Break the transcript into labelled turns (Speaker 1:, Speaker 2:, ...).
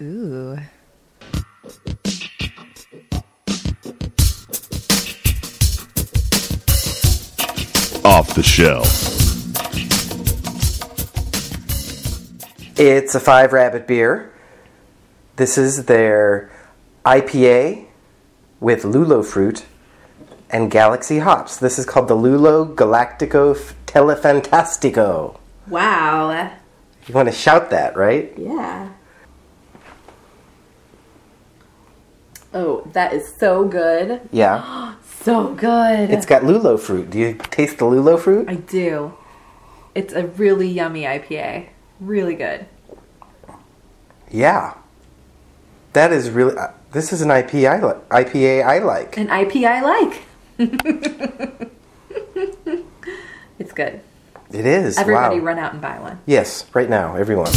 Speaker 1: Ooh.
Speaker 2: Off the shell.
Speaker 3: It's a Five Rabbit beer. This is their IPA with Lulo fruit and Galaxy hops. This is called the Lulo Galactico F- Telefantastico.
Speaker 4: Wow.
Speaker 3: You want to shout that, right?
Speaker 4: Yeah. Oh, that is so good.
Speaker 3: Yeah.
Speaker 4: So good.
Speaker 3: It's got Lulo fruit. Do you taste the Lulo fruit?
Speaker 4: I do. It's a really yummy IPA. Really good.
Speaker 3: Yeah. That is really. Uh, this is an IP I li- IPA I like.
Speaker 4: An IP I like. it's good.
Speaker 3: It is.
Speaker 4: Everybody
Speaker 3: wow.
Speaker 4: run out and buy one.
Speaker 3: Yes, right now, everyone.